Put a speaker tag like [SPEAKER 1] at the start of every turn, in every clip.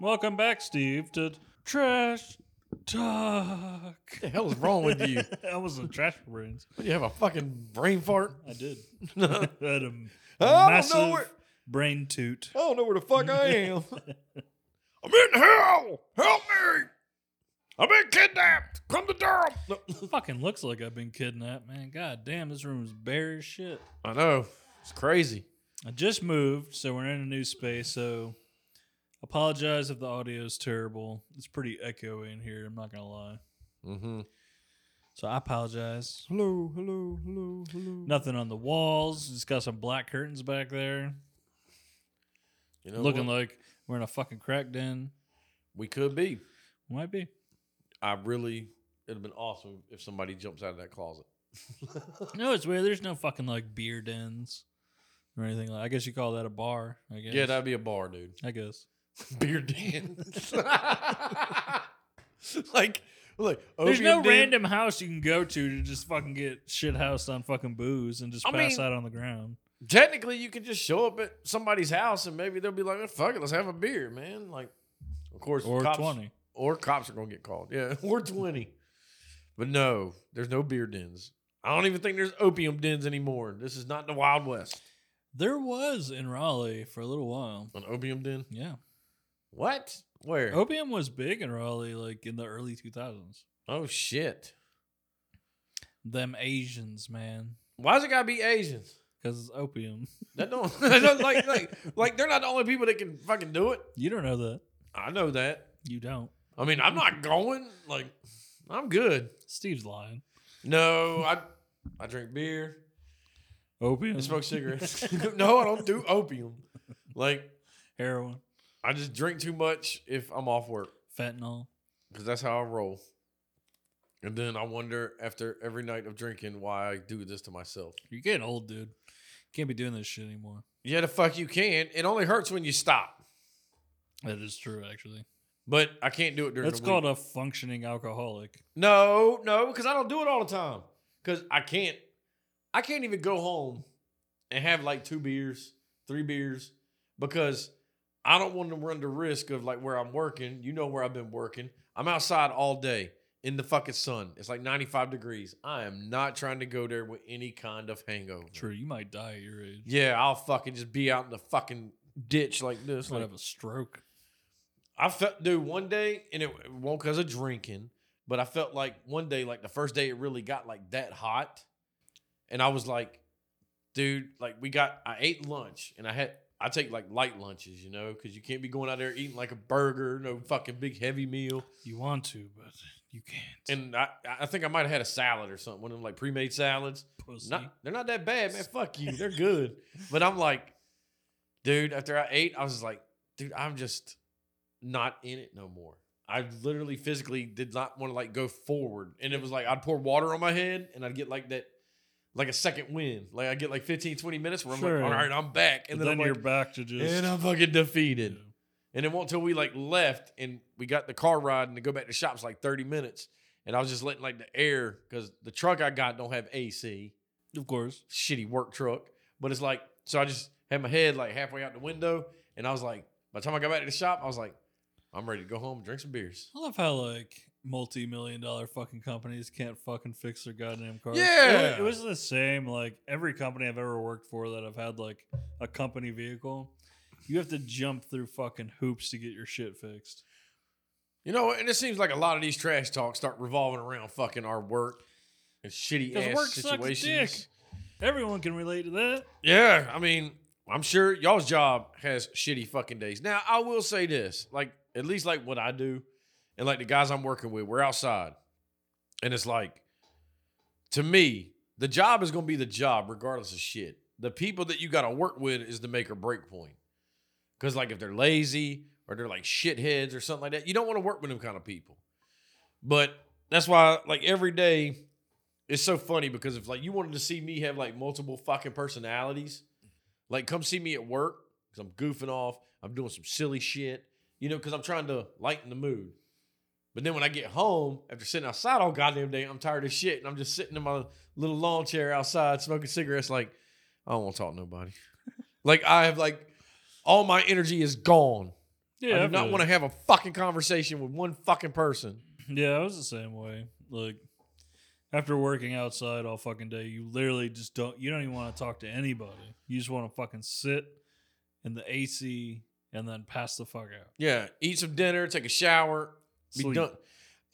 [SPEAKER 1] Welcome back, Steve, to Trash Talk.
[SPEAKER 2] the hell is wrong with you?
[SPEAKER 1] that was the trash brains.
[SPEAKER 2] What, you have a fucking brain fart?
[SPEAKER 1] I did. I had a, m- a
[SPEAKER 2] I don't
[SPEAKER 1] massive
[SPEAKER 2] know where- Oh.
[SPEAKER 1] brain toot.
[SPEAKER 2] I don't know where the fuck I am. I'm in hell. Help me. I've been kidnapped. Come to Durham. No.
[SPEAKER 1] Fucking looks like I've been kidnapped, man. God damn, this room is bare as shit.
[SPEAKER 2] I know. It's crazy.
[SPEAKER 1] I just moved, so we're in a new space. So apologize if the audio is terrible. It's pretty echoey in here. I'm not gonna lie.
[SPEAKER 2] Mm-hmm.
[SPEAKER 1] So I apologize.
[SPEAKER 2] Hello, hello, hello, hello.
[SPEAKER 1] Nothing on the walls. Just got some black curtains back there,
[SPEAKER 2] You know
[SPEAKER 1] looking
[SPEAKER 2] what?
[SPEAKER 1] like we're in a fucking crack den.
[SPEAKER 2] we could be.
[SPEAKER 1] Might be.
[SPEAKER 2] I really, it'd have been awesome if somebody jumps out of that closet.
[SPEAKER 1] No, it's weird. There's no fucking like beer dens or anything like. I guess you call that a bar. I guess.
[SPEAKER 2] Yeah, that'd be a bar, dude.
[SPEAKER 1] I guess.
[SPEAKER 2] Beer den. like, like
[SPEAKER 1] There's
[SPEAKER 2] opium
[SPEAKER 1] no
[SPEAKER 2] den.
[SPEAKER 1] random house you can go to to just fucking get shit housed on fucking booze and just
[SPEAKER 2] I
[SPEAKER 1] pass
[SPEAKER 2] mean-
[SPEAKER 1] out on the ground.
[SPEAKER 2] Technically, you could just show up at somebody's house and maybe they'll be like, "Oh, "Fuck it, let's have a beer, man." Like, of course,
[SPEAKER 1] Or
[SPEAKER 2] cops,
[SPEAKER 1] twenty.
[SPEAKER 2] or cops are gonna get called. Yeah, or twenty. But no, there's no beer dens. I don't even think there's opium dens anymore. This is not the Wild West.
[SPEAKER 1] There was in Raleigh for a little while.
[SPEAKER 2] An opium den?
[SPEAKER 1] Yeah.
[SPEAKER 2] What? Where?
[SPEAKER 1] Opium was big in Raleigh like in the early 2000s.
[SPEAKER 2] oh shit!
[SPEAKER 1] Them Asians, man.
[SPEAKER 2] Why's it gotta be Asians?
[SPEAKER 1] Because it's opium.
[SPEAKER 2] That don't, that don't- like like like they're not the only people that can fucking do it.
[SPEAKER 1] You don't know that.
[SPEAKER 2] I know that.
[SPEAKER 1] You don't.
[SPEAKER 2] I mean, I'm not going. Like, I'm good.
[SPEAKER 1] Steve's lying.
[SPEAKER 2] No, I I drink beer.
[SPEAKER 1] Opium.
[SPEAKER 2] I smoke cigarettes. no, I don't do opium. Like
[SPEAKER 1] Heroin.
[SPEAKER 2] I just drink too much if I'm off work
[SPEAKER 1] Fentanyl.
[SPEAKER 2] because that's how I roll. And then I wonder after every night of drinking why I do this to myself.
[SPEAKER 1] You're getting old, dude. Can't be doing this shit anymore.
[SPEAKER 2] Yeah, the fuck you can. It only hurts when you stop.
[SPEAKER 1] That is true, actually.
[SPEAKER 2] But I can't do it during.
[SPEAKER 1] That's
[SPEAKER 2] the
[SPEAKER 1] called
[SPEAKER 2] week.
[SPEAKER 1] a functioning alcoholic.
[SPEAKER 2] no, no, because I don't do it all the time. Because I can't. I can't even go home and have like two beers, three beers, because I don't want to run the risk of like where I'm working. You know where I've been working. I'm outside all day in the fucking sun. It's like 95 degrees. I am not trying to go there with any kind of hangover.
[SPEAKER 1] True, you might die at your age.
[SPEAKER 2] Yeah, I'll fucking just be out in the fucking ditch like this.
[SPEAKER 1] You might
[SPEAKER 2] Like,
[SPEAKER 1] have a stroke.
[SPEAKER 2] I felt, dude, one day, and it won't because of drinking, but I felt like one day, like the first day it really got like that hot. And I was like, dude, like we got, I ate lunch and I had, I take like light lunches, you know, because you can't be going out there eating like a burger, no fucking big heavy meal.
[SPEAKER 1] You want to, but you can't.
[SPEAKER 2] And I, I think I might have had a salad or something, one of them like pre made salads.
[SPEAKER 1] Pussy.
[SPEAKER 2] Not, they're not that bad, man. Fuck you. They're good. but I'm like, dude, after I ate, I was just like, dude, I'm just not in it no more. I literally physically did not want to like go forward. And it was like I'd pour water on my head and I'd get like that like a second wind. Like I get like 15, 20 minutes where I'm
[SPEAKER 1] Sure.
[SPEAKER 2] like, all right, I'm back.
[SPEAKER 1] and
[SPEAKER 2] And
[SPEAKER 1] then,
[SPEAKER 2] then, I'm
[SPEAKER 1] you're
[SPEAKER 2] like,
[SPEAKER 1] back to just.
[SPEAKER 2] and I'm fucking defeated.
[SPEAKER 1] Yeah.
[SPEAKER 2] And it wasn't until we like left and we got the car ride and to go back to shops like 30 minutes. And I was just letting like the air because the truck I got don't have AC
[SPEAKER 1] Of course.
[SPEAKER 2] shitty work truck. But it's like, so I just had my head like halfway out the window, and I was like, by the time I got back to the shop, I was like, I'm ready to go home and drink some beers.
[SPEAKER 1] I love how like multi-million dollar fucking companies can't fucking fix their goddamn cars.
[SPEAKER 2] Yeah.
[SPEAKER 1] It was, it was the same like every company I've ever worked for that I've had like a company vehicle. You have to jump through fucking hoops to get your shit fixed.
[SPEAKER 2] You know, and it seems like a lot of these trash talks start revolving around fucking our work and shitty
[SPEAKER 1] Because
[SPEAKER 2] ass
[SPEAKER 1] work sucks
[SPEAKER 2] situations.
[SPEAKER 1] dick. Everyone can relate to that.
[SPEAKER 2] Yeah, I mean, I'm sure y'all's job has shitty fucking days. Now, I will say this, like at least like what I do, and like the guys I'm working with, we're outside, and it's like, to me, the job is gonna be the job regardless of shit. The people that you gotta work with is the make or break point. Cause like if they're lazy or they're like shitheads or something like that, you don't want to work with them kind of people. But that's why like every day it's so funny because if like you wanted to see me have like multiple fucking personalities, like come see me at work because I'm goofing off, I'm doing some silly shit, you know, because I'm trying to lighten the mood. But then when I get home after sitting outside all goddamn day, I'm tired as shit, and I'm just sitting in my little lawn chair outside smoking cigarettes. Like I don't want to talk to nobody. like I have like all my energy is gone
[SPEAKER 1] Yeah,
[SPEAKER 2] I do not
[SPEAKER 1] feel
[SPEAKER 2] want to
[SPEAKER 1] you.
[SPEAKER 2] have a fucking conversation with one fucking person.
[SPEAKER 1] Yeah, I was the same way. Like after working outside all fucking day, you literally just don't. You don't even want to talk to anybody. You just want to fucking sit in the AC and then pass the fuck out.
[SPEAKER 2] Yeah, eat some dinner, take a shower, be
[SPEAKER 1] Sleep.
[SPEAKER 2] done.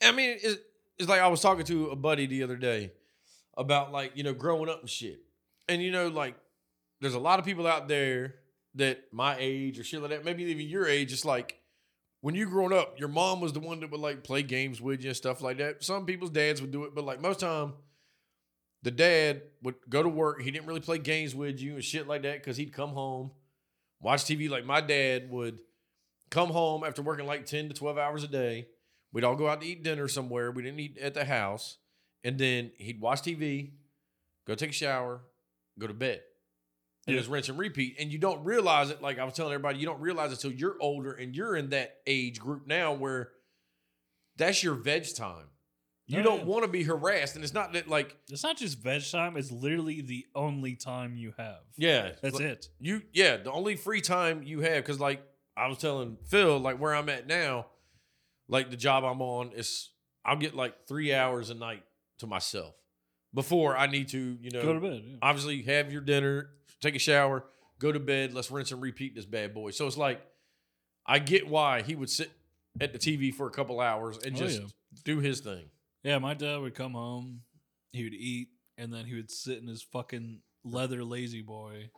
[SPEAKER 2] I mean, it's, it's like I was talking to a buddy the other day about like you know growing up and shit, and you know like there's a lot of people out there that my age or shit like that, maybe even your age, just like when you growing up, your mom was the one that would like play games with you and stuff like that. Some people's dads would do it, but like most time, the dad would go to work. He didn't really play games with you and shit like that because he'd come home, watch TV. Like my dad would come home after working like 10 to 12 hours a day. We'd all go out to eat dinner somewhere. We didn't eat at the house. And then he'd watch TV, go take a shower, go to bed. And
[SPEAKER 1] Yeah.
[SPEAKER 2] it's rinse and repeat. And you don't realize it. Like I was telling everybody, you don't realize it until you're older and you're in that age group now where that's your veg time. You
[SPEAKER 1] Oh,
[SPEAKER 2] don't
[SPEAKER 1] yeah.
[SPEAKER 2] want to be harassed. And it's not that, like,
[SPEAKER 1] It's not just veg time. It's literally the only time you have.
[SPEAKER 2] yeah,
[SPEAKER 1] that's it.
[SPEAKER 2] you yeah the only free time you have because like i was telling phil like where i'm at now like the job i'm on is i'll get like three hours a night to myself before i need to you know
[SPEAKER 1] Go to bed. yeah.
[SPEAKER 2] obviously have your dinner take a shower go to bed let's rinse and repeat this bad boy so it's like i get why he would sit at the tv for a couple hours and
[SPEAKER 1] Oh,
[SPEAKER 2] just
[SPEAKER 1] yeah.
[SPEAKER 2] do his thing
[SPEAKER 1] Yeah, my dad would come home, he would eat, and then he would sit in his fucking leather lazy boy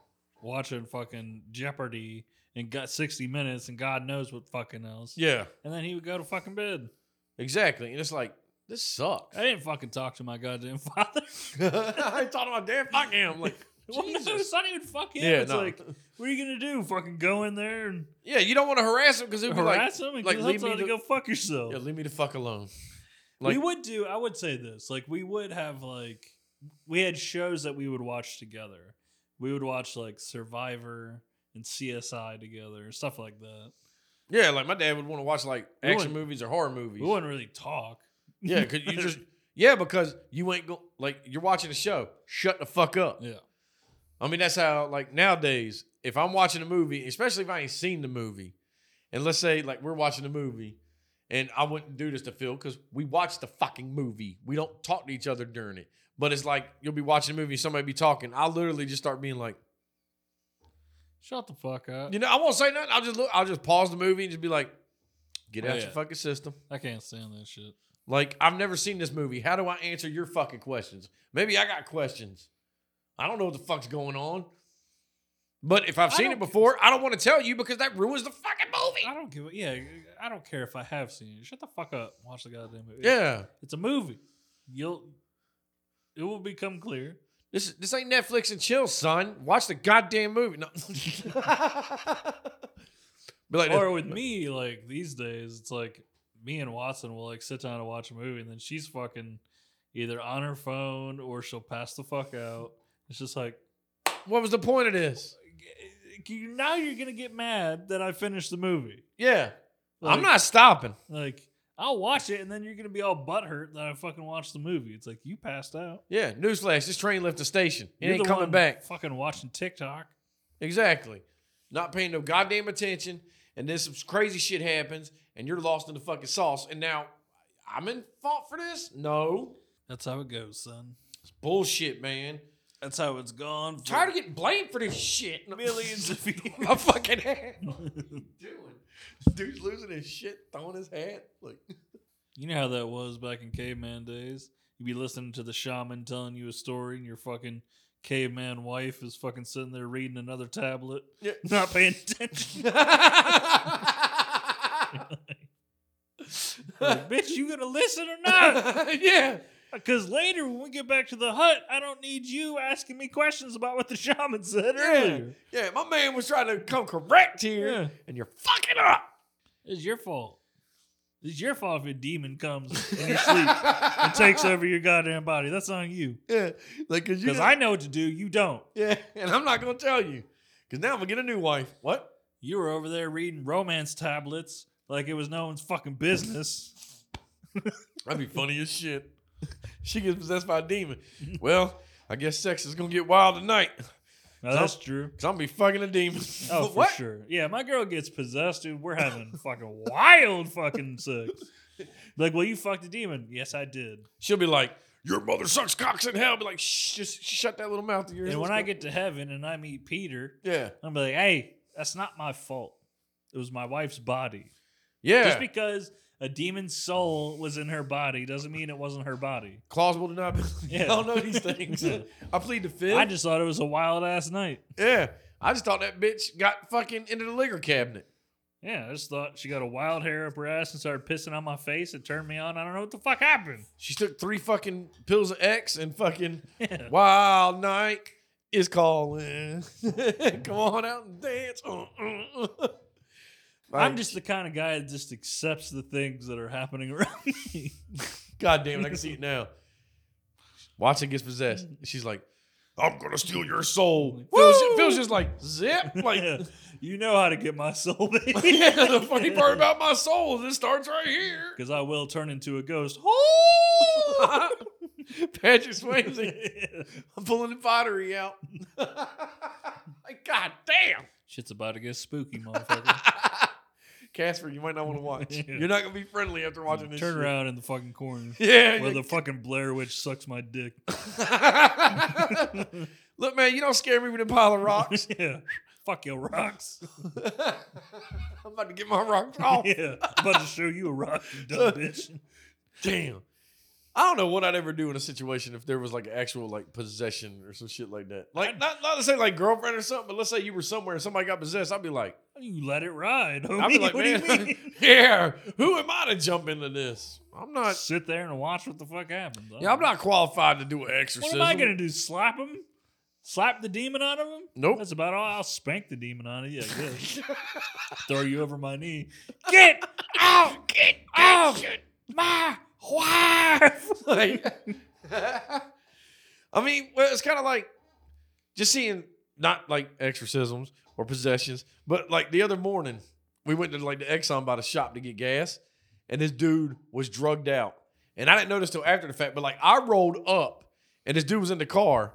[SPEAKER 1] watching fucking Jeopardy and got 60 minutes and God knows what fucking else.
[SPEAKER 2] yeah
[SPEAKER 1] And then he would go to fucking bed.
[SPEAKER 2] exactly and it's like this sucks
[SPEAKER 1] I didn't fucking talk to my goddamn father.
[SPEAKER 2] i thought about damn fuck him like
[SPEAKER 1] well, no,
[SPEAKER 2] Jesus.
[SPEAKER 1] it's not even fuck him.
[SPEAKER 2] yeah
[SPEAKER 1] it's
[SPEAKER 2] no.
[SPEAKER 1] like, what are you gonna do? Fucking go in there and
[SPEAKER 2] Yeah, you don't want to harass him because it'd be like,
[SPEAKER 1] harass him and
[SPEAKER 2] like,
[SPEAKER 1] tell
[SPEAKER 2] leave me
[SPEAKER 1] him to
[SPEAKER 2] the-
[SPEAKER 1] go fuck yourself.
[SPEAKER 2] yeah, leave me the fuck alone.
[SPEAKER 1] we
[SPEAKER 2] like-
[SPEAKER 1] would do. I would say this. Like we would have like we had shows that we would watch together. We would watch like Survivor and CSI together, stuff like that.
[SPEAKER 2] Yeah, like my dad would want to watch like
[SPEAKER 1] We
[SPEAKER 2] action
[SPEAKER 1] wouldn't-
[SPEAKER 2] movies or horror movies.
[SPEAKER 1] We wouldn't really talk.
[SPEAKER 2] Yeah, because you just yeah because you ain't go like you're watching a show. Shut the fuck up.
[SPEAKER 1] Yeah.
[SPEAKER 2] I mean that's how like nowadays if I'm watching a movie, especially if I ain't seen the movie, and let's say like we're watching a movie, and I wouldn't do this to Phil because we watch the fucking movie. We don't talk to each other during it. But it's like you'll be watching a movie, somebody be talking. I'll literally just start being like.
[SPEAKER 1] Shut the fuck up.
[SPEAKER 2] You know, I won't say nothing. I'll just look. I'll just pause the movie and just be like, "Get
[SPEAKER 1] Oh,
[SPEAKER 2] out
[SPEAKER 1] yeah.
[SPEAKER 2] your fucking system."
[SPEAKER 1] I can't stand that shit.
[SPEAKER 2] Like, I've never seen this movie. How do I answer your fucking questions? Maybe I got questions. I don't know what the fuck's going on. But if I've
[SPEAKER 1] I
[SPEAKER 2] seen
[SPEAKER 1] don't-
[SPEAKER 2] it before, I don't want to tell you because that ruins the fucking movie.
[SPEAKER 1] I don't give a yeah, I don't care if I have seen it. Shut the fuck up. Watch the goddamn movie.
[SPEAKER 2] Yeah,
[SPEAKER 1] It's a movie. You'll it will become clear.
[SPEAKER 2] this is- this ain't Netflix and chill, son. Watch the goddamn movie. No. Be like,
[SPEAKER 1] or with me, like these days, it's like me and Watson will like sit down and watch a movie, and then she's fucking either on her phone or she'll pass the fuck out. It's just like
[SPEAKER 2] what was the point of this?
[SPEAKER 1] you, now you're gonna get mad that I finished the movie.
[SPEAKER 2] Yeah,
[SPEAKER 1] Like-
[SPEAKER 2] I'm not stopping.
[SPEAKER 1] like I'll watch it, and then you're gonna be all butthurt that I fucking watched the movie. It's like you passed out.
[SPEAKER 2] Yeah, newsflash: this train left the station. It
[SPEAKER 1] You're
[SPEAKER 2] ain't
[SPEAKER 1] the
[SPEAKER 2] coming
[SPEAKER 1] one
[SPEAKER 2] back.
[SPEAKER 1] Fucking watching TikTok.
[SPEAKER 2] Exactly. Not paying no goddamn attention, and then some crazy shit happens, and you're lost in the fucking sauce. And now I'm in fault for this? No.
[SPEAKER 1] That's how it goes, son.
[SPEAKER 2] It's bullshit, man.
[SPEAKER 1] That's how it's gone. For
[SPEAKER 2] tired of getting blamed for this shit.
[SPEAKER 1] millions of
[SPEAKER 2] My fucking hat.
[SPEAKER 1] years.
[SPEAKER 2] Doing. Dude's losing his shit, throwing his hat. Like
[SPEAKER 1] You know how that was back in caveman days. You'd be listening to the shaman telling you a story, and your fucking caveman wife is fucking sitting there reading another tablet,
[SPEAKER 2] Yeah.
[SPEAKER 1] not paying attention. Like, bitch, you gonna listen or not?
[SPEAKER 2] yeah.
[SPEAKER 1] Because later, when we get back to the hut, I don't need you asking me questions about what the shaman said
[SPEAKER 2] Yeah.
[SPEAKER 1] earlier.
[SPEAKER 2] Yeah. My man was trying to come correct here,
[SPEAKER 1] Yeah.
[SPEAKER 2] and you're fucking up.
[SPEAKER 1] It's your fault. It's your fault if a demon comes in your sleep and takes over your goddamn body. That's on you.
[SPEAKER 2] Yeah, like cause
[SPEAKER 1] Because
[SPEAKER 2] you. didn't-
[SPEAKER 1] I know what to do, you don't.
[SPEAKER 2] Yeah, and I'm not gonna tell you, cause now I'm gonna get a new wife. What?
[SPEAKER 1] You were over there reading romance tablets like it was no one's fucking business.
[SPEAKER 2] That'd be funny as shit. she gets possessed by a demon. Well, I guess sex is gonna get wild tonight.
[SPEAKER 1] Now, that's true.
[SPEAKER 2] Cause I'm gonna be fucking a demon.
[SPEAKER 1] Oh, for
[SPEAKER 2] what?
[SPEAKER 1] sure. Yeah, my girl gets possessed, dude. We're having fucking wild fucking sex. Like, well, you fucked a demon. Yes, I did.
[SPEAKER 2] She'll be like, "Your mother sucks cocks in hell." I'll be like, Shh, "Just shut that little mouth of yours."
[SPEAKER 1] And when
[SPEAKER 2] Let's
[SPEAKER 1] I
[SPEAKER 2] go."
[SPEAKER 1] get to heaven and I meet Peter,
[SPEAKER 2] yeah,
[SPEAKER 1] I'm like, hey, that's not my fault. It was my wife's body.
[SPEAKER 2] yeah,
[SPEAKER 1] Just because a demon's soul was in her body doesn't mean it wasn't her body.
[SPEAKER 2] plausible deniability.
[SPEAKER 1] Yeah.
[SPEAKER 2] I don't know these things.
[SPEAKER 1] Yeah.
[SPEAKER 2] I plead the fifth.
[SPEAKER 1] I just thought it was a wild ass night.
[SPEAKER 2] yeah, I just thought that bitch got fucking into the liquor cabinet.
[SPEAKER 1] Yeah, I just thought she got a wild hair up her ass and started pissing on my face. It turned me on. I don't know what the fuck happened.
[SPEAKER 2] She took three fucking pills of X and fucking
[SPEAKER 1] Yeah.
[SPEAKER 2] Wild Night is calling. Come on out and dance. Uh, uh, uh. Like,
[SPEAKER 1] I'm just the kind of guy that just accepts the things that are happening around me.
[SPEAKER 2] God damn it, I can see it now. Watson gets possessed. She's like, I'm gonna steal your soul. Phil's,
[SPEAKER 1] Woo!
[SPEAKER 2] Phil's just like, zip. Like,
[SPEAKER 1] Yeah. you know how to get my soul, baby.
[SPEAKER 2] yeah, the funny part about my soul is it starts right here.
[SPEAKER 1] Because I will turn into a ghost.
[SPEAKER 2] Patrick Swayze, I'm pulling the pottery out. like, God damn.
[SPEAKER 1] Shit's about to get spooky, motherfucker.
[SPEAKER 2] Casper, you might not want to watch.
[SPEAKER 1] Yeah.
[SPEAKER 2] You're not gonna be friendly after watching this.
[SPEAKER 1] Turn
[SPEAKER 2] shit.
[SPEAKER 1] around in the fucking corner.
[SPEAKER 2] Yeah.
[SPEAKER 1] Where the fucking Blair Witch sucks my dick.
[SPEAKER 2] you- Look, man, you don't scare me with a pile of rocks.
[SPEAKER 1] yeah. Fuck your rocks.
[SPEAKER 2] I'm about to get my rocks off.
[SPEAKER 1] Yeah. I'm about to show you a rock, you dumb bitch.
[SPEAKER 2] Damn. I don't know what I'd ever do in a situation if there was like actual like possession or some shit like that. Like not not to say like girlfriend or something, but let's say you were somewhere and somebody got possessed. I'd be like,
[SPEAKER 1] You let it ride, homie.
[SPEAKER 2] I'd be like,
[SPEAKER 1] what do you
[SPEAKER 2] man,
[SPEAKER 1] mean?
[SPEAKER 2] yeah, who am I to jump into this? I'm not.
[SPEAKER 1] Sit there and watch what the fuck happens.
[SPEAKER 2] Yeah, I'm not qualified to do an
[SPEAKER 1] What
[SPEAKER 2] exorcism.
[SPEAKER 1] am I gonna do? Slap him? Slap the demon out of him?
[SPEAKER 2] Nope.
[SPEAKER 1] That's about all. I'll spank the demon out of you. I guess. Throw you over my knee. Get out! Get out! Oh, My wife.
[SPEAKER 2] Like, I mean, well, it's kind of like just seeing not like exorcisms or possessions, but like the other morning, we went to like the Exxon by the shop to get gas, and this dude was drugged out. And I didn't notice till after the fact, but like I rolled up and this dude was in the car,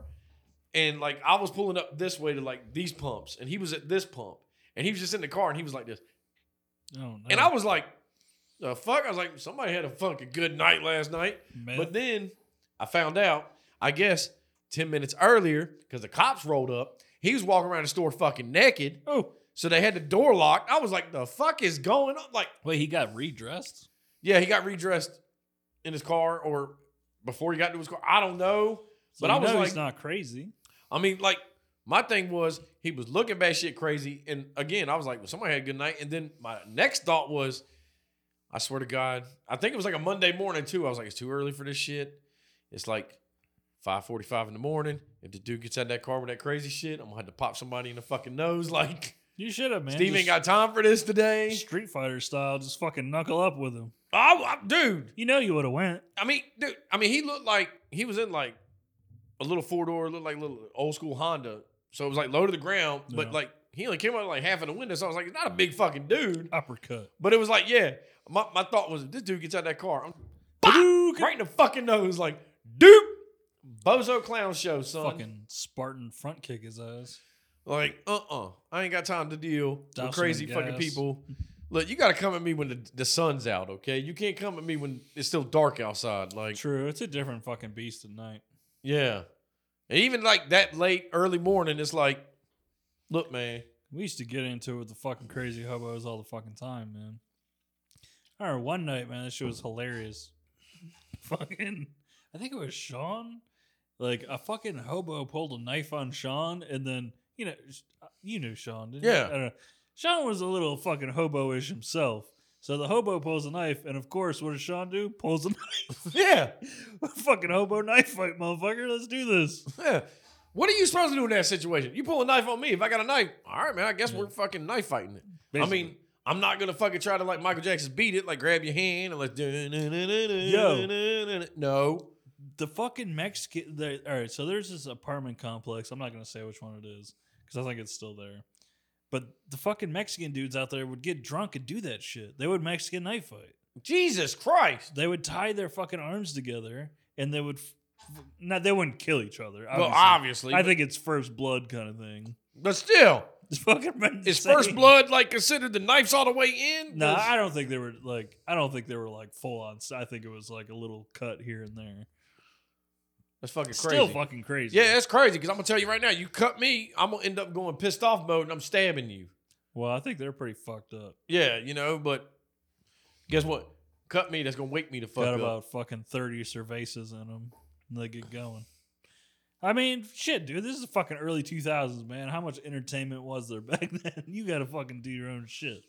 [SPEAKER 2] and like I was pulling up this way to like these pumps, and he was at this pump, and he was just in the car and he was like this.
[SPEAKER 1] Oh no.
[SPEAKER 2] And I was like, the fuck? I was like, somebody had a fucking good night last night.
[SPEAKER 1] Meth.
[SPEAKER 2] But then I found out, I guess, 10 minutes earlier, because the cops rolled up, he was walking around the store fucking naked.
[SPEAKER 1] oh
[SPEAKER 2] So they had the door locked. I was like, the fuck is going on? Like,
[SPEAKER 1] wait, he got redressed.
[SPEAKER 2] yeah, he got redressed in his car or before he got to his car. I don't know.
[SPEAKER 1] So
[SPEAKER 2] But I
[SPEAKER 1] you
[SPEAKER 2] was
[SPEAKER 1] know
[SPEAKER 2] like-
[SPEAKER 1] he's not crazy.
[SPEAKER 2] I mean, like, my thing was he was looking bad shit crazy. And again, I was like, well, somebody had a good night. And then my next thought was, I swear to God, I think it was like a Monday morning too. I was like, it's too early for this shit. It's like 5:45 in the morning. If the dude gets out of that car with that crazy shit, I'm gonna have to pop somebody in the fucking nose. Like,
[SPEAKER 1] You should have, man.
[SPEAKER 2] Steve ain't
[SPEAKER 1] Just
[SPEAKER 2] got time for this today.
[SPEAKER 1] Street Fighter style, just fucking knuckle up with him.
[SPEAKER 2] Oh, I- dude.
[SPEAKER 1] You know you would have went.
[SPEAKER 2] I mean, dude. I mean, he looked like he was in like a little four door, looked like a little old school Honda. So it was like low to the ground, but
[SPEAKER 1] Yeah.
[SPEAKER 2] like he only came out like half of the window. So I was like, he's not a big fucking dude.
[SPEAKER 1] Uppercut.
[SPEAKER 2] But it was like, yeah. My, my thought was, if this dude gets out of that car, I'm
[SPEAKER 1] Badoo-
[SPEAKER 2] right in the fucking nose, like, doop, bozo clown show, son.
[SPEAKER 1] Fucking Spartan front kick his ass.
[SPEAKER 2] Like, uh uh I ain't got time to deal
[SPEAKER 1] Douse him in
[SPEAKER 2] with crazy
[SPEAKER 1] gas.
[SPEAKER 2] fucking people. Look, you got to come at me when the, the sun's out, okay? You can't come at me when it's still dark outside. Like,
[SPEAKER 1] True, it's a different fucking beast at night.
[SPEAKER 2] yeah. And even like that late, early morning, it's like, look, man.
[SPEAKER 1] We used to get into it with the fucking crazy hobos all the fucking time, man. I remember one night, man, that shit was hilarious. fucking, I think it was Sean. Like a fucking hobo pulled a knife on Sean, and then you know, you knew Sean, didn't you?
[SPEAKER 2] Yeah.
[SPEAKER 1] I don't know. Sean was a little fucking hobo-ish himself. So the hobo pulls a knife, and of course, what does Sean do? Pulls a
[SPEAKER 2] Yeah.
[SPEAKER 1] fucking hobo knife fight, motherfucker. Let's do this.
[SPEAKER 2] yeah. What are you supposed to do in that situation? You pull a knife on me. If I got a knife, all right, man, I guess we're fucking knife fighting it. I mean, I'm not gonna fucking try to like Michael Jackson beat it, like grab your hand and like Yo. No.
[SPEAKER 1] the fucking Mexican. The, all right, so there's this apartment complex. I'm not gonna say which one it is because I think it's still there. But the fucking Mexican dudes out there would get drunk and do that shit. They would Mexican knife fight.
[SPEAKER 2] Jesus Christ.
[SPEAKER 1] They would tie their fucking arms together and they would f- Not they wouldn't kill each other.
[SPEAKER 2] Well,
[SPEAKER 1] Obviously.
[SPEAKER 2] obviously,
[SPEAKER 1] I
[SPEAKER 2] but-
[SPEAKER 1] think it's first blood kind of thing.
[SPEAKER 2] but still,
[SPEAKER 1] It's fucking
[SPEAKER 2] is
[SPEAKER 1] insane.
[SPEAKER 2] first blood like considered the knife's all the way in?
[SPEAKER 1] No,
[SPEAKER 2] 'Cause-
[SPEAKER 1] I don't think they were like. I don't think they were like full on. s- I think it was like a little cut here and there.
[SPEAKER 2] that's fucking crazy.
[SPEAKER 1] Still fucking crazy.
[SPEAKER 2] yeah, that's crazy. Because I'm gonna tell you right now, you cut me, I'm gonna end up going pissed off mode, and I'm stabbing you.
[SPEAKER 1] Well, I think they're pretty fucked up.
[SPEAKER 2] Yeah, you know, but guess what? Cut me. That's gonna wake me to fuck
[SPEAKER 1] Got
[SPEAKER 2] up.
[SPEAKER 1] about fucking thirty cervases in them. And they get going. I mean, shit, dude. This is fucking early two thousands, man. How much entertainment was there back then? You got to fucking do your own shit.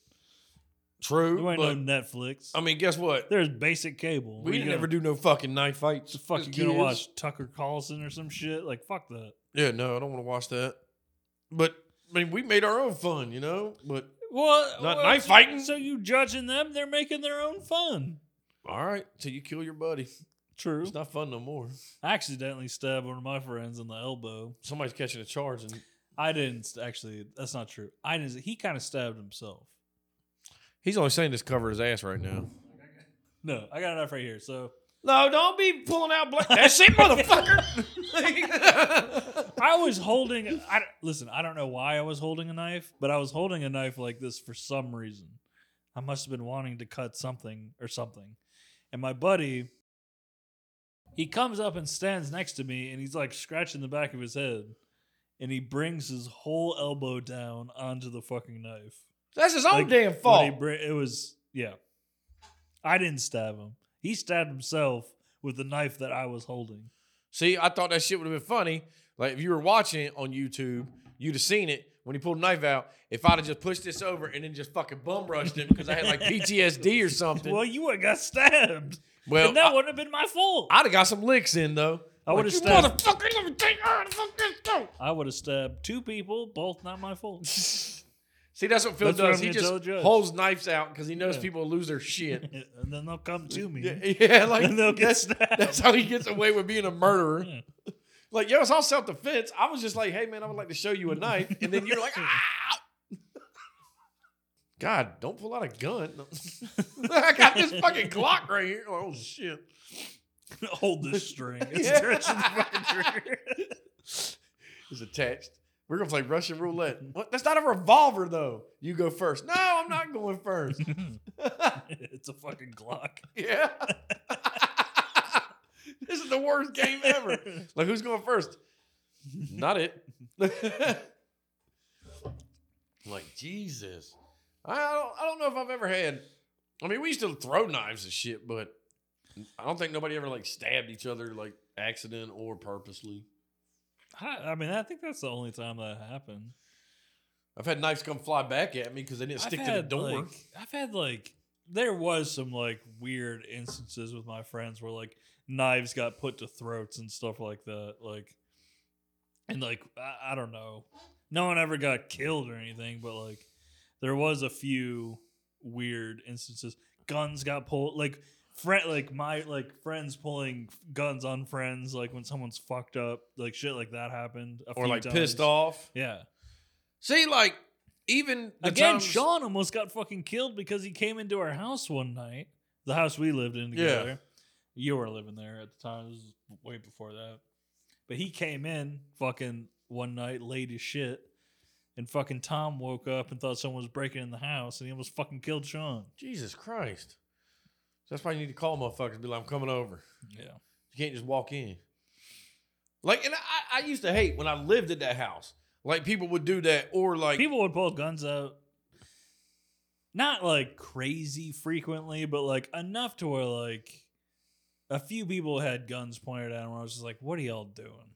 [SPEAKER 2] True,
[SPEAKER 1] There ain't
[SPEAKER 2] but
[SPEAKER 1] no Netflix.
[SPEAKER 2] I mean, guess what?
[SPEAKER 1] There's basic cable.
[SPEAKER 2] We
[SPEAKER 1] You
[SPEAKER 2] didn't
[SPEAKER 1] gotta-
[SPEAKER 2] ever do no fucking knife fights.
[SPEAKER 1] The fuck
[SPEAKER 2] as
[SPEAKER 1] you gonna
[SPEAKER 2] kids.
[SPEAKER 1] watch Tucker Carlson or some shit? Like fuck that.
[SPEAKER 2] Yeah, no, I don't want to watch that. But I mean, we made our own fun, you know. But
[SPEAKER 1] Well,
[SPEAKER 2] Not
[SPEAKER 1] well,
[SPEAKER 2] knife
[SPEAKER 1] so-
[SPEAKER 2] fighting.
[SPEAKER 1] So you judging them? They're making their own fun.
[SPEAKER 2] all right, till you kill your buddy,
[SPEAKER 1] True.
[SPEAKER 2] it's not fun no more.
[SPEAKER 1] I accidentally stabbed one of my friends in the elbow.
[SPEAKER 2] Somebody's catching a charge, and
[SPEAKER 1] I didn't st- actually. That's not true. I didn't. He kind of stabbed himself.
[SPEAKER 2] he's only saying this cover his ass right now.
[SPEAKER 1] No, I got enough right here. So
[SPEAKER 2] No, don't be pulling out black. That's it, motherfucker.
[SPEAKER 1] I was holding. I don't- listen. I don't know why I was holding a knife, but I was holding a knife like this for some reason. I must have been wanting to cut something or something. And my buddy, he comes up and stands next to me, and he's like scratching the back of his head, and he brings his whole elbow down onto the fucking knife.
[SPEAKER 2] That's his own
[SPEAKER 1] Like,
[SPEAKER 2] damn
[SPEAKER 1] When he
[SPEAKER 2] fault.
[SPEAKER 1] br- it was yeah. I didn't stab him. He stabbed himself with the knife that I was holding.
[SPEAKER 2] See, I thought that shit would have been funny. Like if you were watching it on YouTube, you'd have seen it when he pulled a knife out. If I'd have just pushed this over and then just fucking bum rushed him because I had like PTSD or something.
[SPEAKER 1] Well,
[SPEAKER 2] Well,
[SPEAKER 1] you would have got stabbed. and that
[SPEAKER 2] I,
[SPEAKER 1] wouldn't have been my fault.
[SPEAKER 2] would have got some licks in though.
[SPEAKER 1] I would've
[SPEAKER 2] you
[SPEAKER 1] stabbed-
[SPEAKER 2] Motherfucker, let me take her the fuck this go.
[SPEAKER 1] I would have stabbed two people, both not my fault.
[SPEAKER 2] See, that's what Phil
[SPEAKER 1] That's what
[SPEAKER 2] does.
[SPEAKER 1] I'm
[SPEAKER 2] he
[SPEAKER 1] gonna
[SPEAKER 2] just
[SPEAKER 1] tell the judge.
[SPEAKER 2] holds knives out because he knows
[SPEAKER 1] Yeah.
[SPEAKER 2] people lose their shit.
[SPEAKER 1] and then they'll come to me.
[SPEAKER 2] yeah, yeah, like
[SPEAKER 1] And they'll get
[SPEAKER 2] that's,
[SPEAKER 1] stabbed.
[SPEAKER 2] that's how he gets away with being a murderer.
[SPEAKER 1] Yeah.
[SPEAKER 2] Like, yo, it's all self defense. I was just like, hey, man, I would like to show you a knife. And then you're like, ah. God, don't pull out a gun. No. I got this fucking Glock right here. Oh, shit.
[SPEAKER 1] Hold this string. It's
[SPEAKER 2] Yeah.
[SPEAKER 1] stretching the fucking trigger.
[SPEAKER 2] It's attached. We're going to play Russian roulette. What? That's not a revolver, though. You go first. No, I'm not going first.
[SPEAKER 1] it's a fucking Glock.
[SPEAKER 2] yeah. this is the worst game ever. Like, who's going first? Not it. like Jesus, I I don't, I don't know if I've ever had. I mean, we used to throw knives and shit, but I don't think nobody ever like stabbed each other like accident or purposely.
[SPEAKER 1] I, I mean, I think that's the only time that happened.
[SPEAKER 2] I've had knives come fly back at me because they didn't stick
[SPEAKER 1] I've
[SPEAKER 2] to the
[SPEAKER 1] had,
[SPEAKER 2] door.
[SPEAKER 1] Like, I've had like there was some like weird instances with my friends where like knives got put to throats and stuff like that. Like and like I, I don't know. No one ever got killed or anything, but like there was a few weird instances. Guns got pulled like friend like my like friends pulling guns on friends like when someone's fucked up like shit like that happened a
[SPEAKER 2] or
[SPEAKER 1] few
[SPEAKER 2] like
[SPEAKER 1] times.
[SPEAKER 2] pissed off.
[SPEAKER 1] yeah
[SPEAKER 2] See, like even the
[SPEAKER 1] Again,
[SPEAKER 2] times-
[SPEAKER 1] Sean almost got fucking killed because he came into our house one night, the house we lived in
[SPEAKER 2] Yeah.
[SPEAKER 1] together. You were living there at the time. This is way before that. But he came in fucking one night late as shit. And fucking Tom woke up and thought someone was breaking in the house and he almost fucking killed Sean.
[SPEAKER 2] Jesus Christ. That's why you need to call motherfuckers. and Be like, I'm coming over.
[SPEAKER 1] Yeah.
[SPEAKER 2] You can't just walk in. Like, and I, I used to hate when I lived at that house. Like people would do that, or like
[SPEAKER 1] People would pull guns out. Not like crazy frequently, but like enough to where like a few people had guns pointed at them. Where I was just like, "What are y'all doing?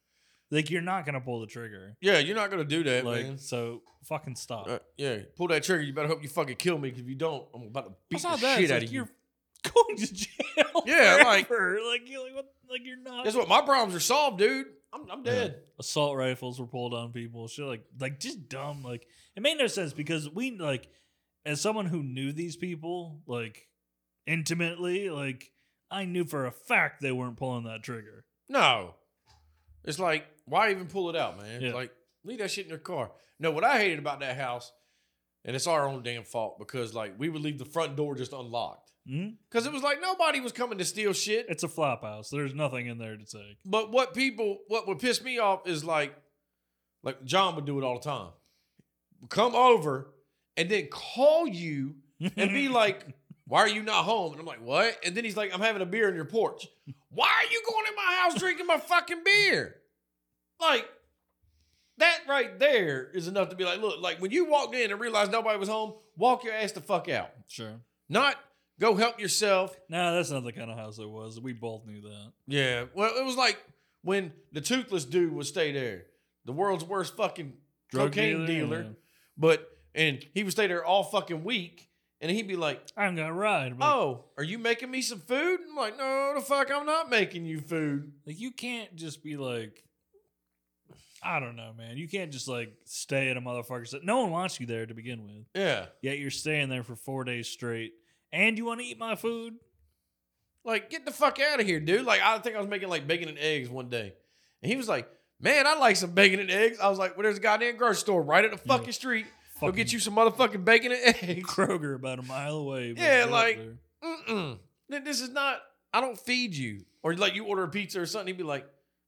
[SPEAKER 1] Like, you're not gonna pull the trigger.
[SPEAKER 2] yeah, you're not gonna do that,
[SPEAKER 1] like,
[SPEAKER 2] man.
[SPEAKER 1] so fucking stop."
[SPEAKER 2] Uh, yeah, pull that trigger. You better hope you fucking kill me. 'cause if you don't, I'm about to beat
[SPEAKER 1] That's
[SPEAKER 2] the
[SPEAKER 1] not bad.
[SPEAKER 2] shit
[SPEAKER 1] It's
[SPEAKER 2] out
[SPEAKER 1] like
[SPEAKER 2] of you.
[SPEAKER 1] you're going to jail.
[SPEAKER 2] Yeah, like-
[SPEAKER 1] forever. like you're like what? Like you're not.
[SPEAKER 2] That's what my problems are solved, dude. I'm, I'm
[SPEAKER 1] Yeah.
[SPEAKER 2] dead.
[SPEAKER 1] assault rifles were pulled on people. Shit, like like just dumb. Like it made no sense because we like as someone who knew these people like intimately, like I knew for a fact they weren't pulling that trigger.
[SPEAKER 2] No. It's like, why even pull it out, man?
[SPEAKER 1] Yeah.
[SPEAKER 2] Like, leave that shit in your car. No, what I hated about that house And it's our own damn fault because like we would leave the front door just unlocked.
[SPEAKER 1] Mhm.
[SPEAKER 2] Cause it was like nobody was coming to steal shit.
[SPEAKER 1] It's a flop house. There's nothing in there to take.
[SPEAKER 2] But what people, what would piss me off is like, like John would do it all the time. Come over and then call you and be like, "Why are you not home?" And I'm like, "What?" And then he's like, "I'm having a beer on your porch." Why are you going in my house drinking my fucking beer? Like that right there is enough to be like, look, like when you walked in and realized nobody was home, walk your ass the fuck out.
[SPEAKER 1] sure.
[SPEAKER 2] Not go help yourself.
[SPEAKER 1] Nah, that's not the kind of house it was. We both knew that.
[SPEAKER 2] Yeah. Well, it was like when the toothless dude would stay there, the world's worst fucking
[SPEAKER 1] Drug
[SPEAKER 2] cocaine dealer.
[SPEAKER 1] yeah.
[SPEAKER 2] But and he would stay there all fucking week, and he'd be like,
[SPEAKER 1] I'm gonna ride. But
[SPEAKER 2] "Oh, are you making me some food?" And I'm like, "No, the fuck, I'm not making you food."
[SPEAKER 1] Like you can't just be like, I don't know, man. You can't just like stay at a motherfucker's. No one wants you there to begin with.
[SPEAKER 2] Yeah.
[SPEAKER 1] Yet you're staying there for four days straight, and you want to eat my food.
[SPEAKER 2] Like, get the fuck out of here, dude. Like, I think I was making like bacon and eggs one day, and he was like, "Man, I like some bacon and eggs." I was like, "Well, there's a goddamn grocery store right at the
[SPEAKER 1] Yeah.
[SPEAKER 2] fucking street. Go
[SPEAKER 1] Fucking
[SPEAKER 2] get you some motherfucking bacon and eggs."
[SPEAKER 1] Kroger about a mile away. but
[SPEAKER 2] Yeah,
[SPEAKER 1] get up
[SPEAKER 2] like-
[SPEAKER 1] there.
[SPEAKER 2] mm-mm. Th- This is not, I don't feed you. Or like you order a pizza or something, he'd be like,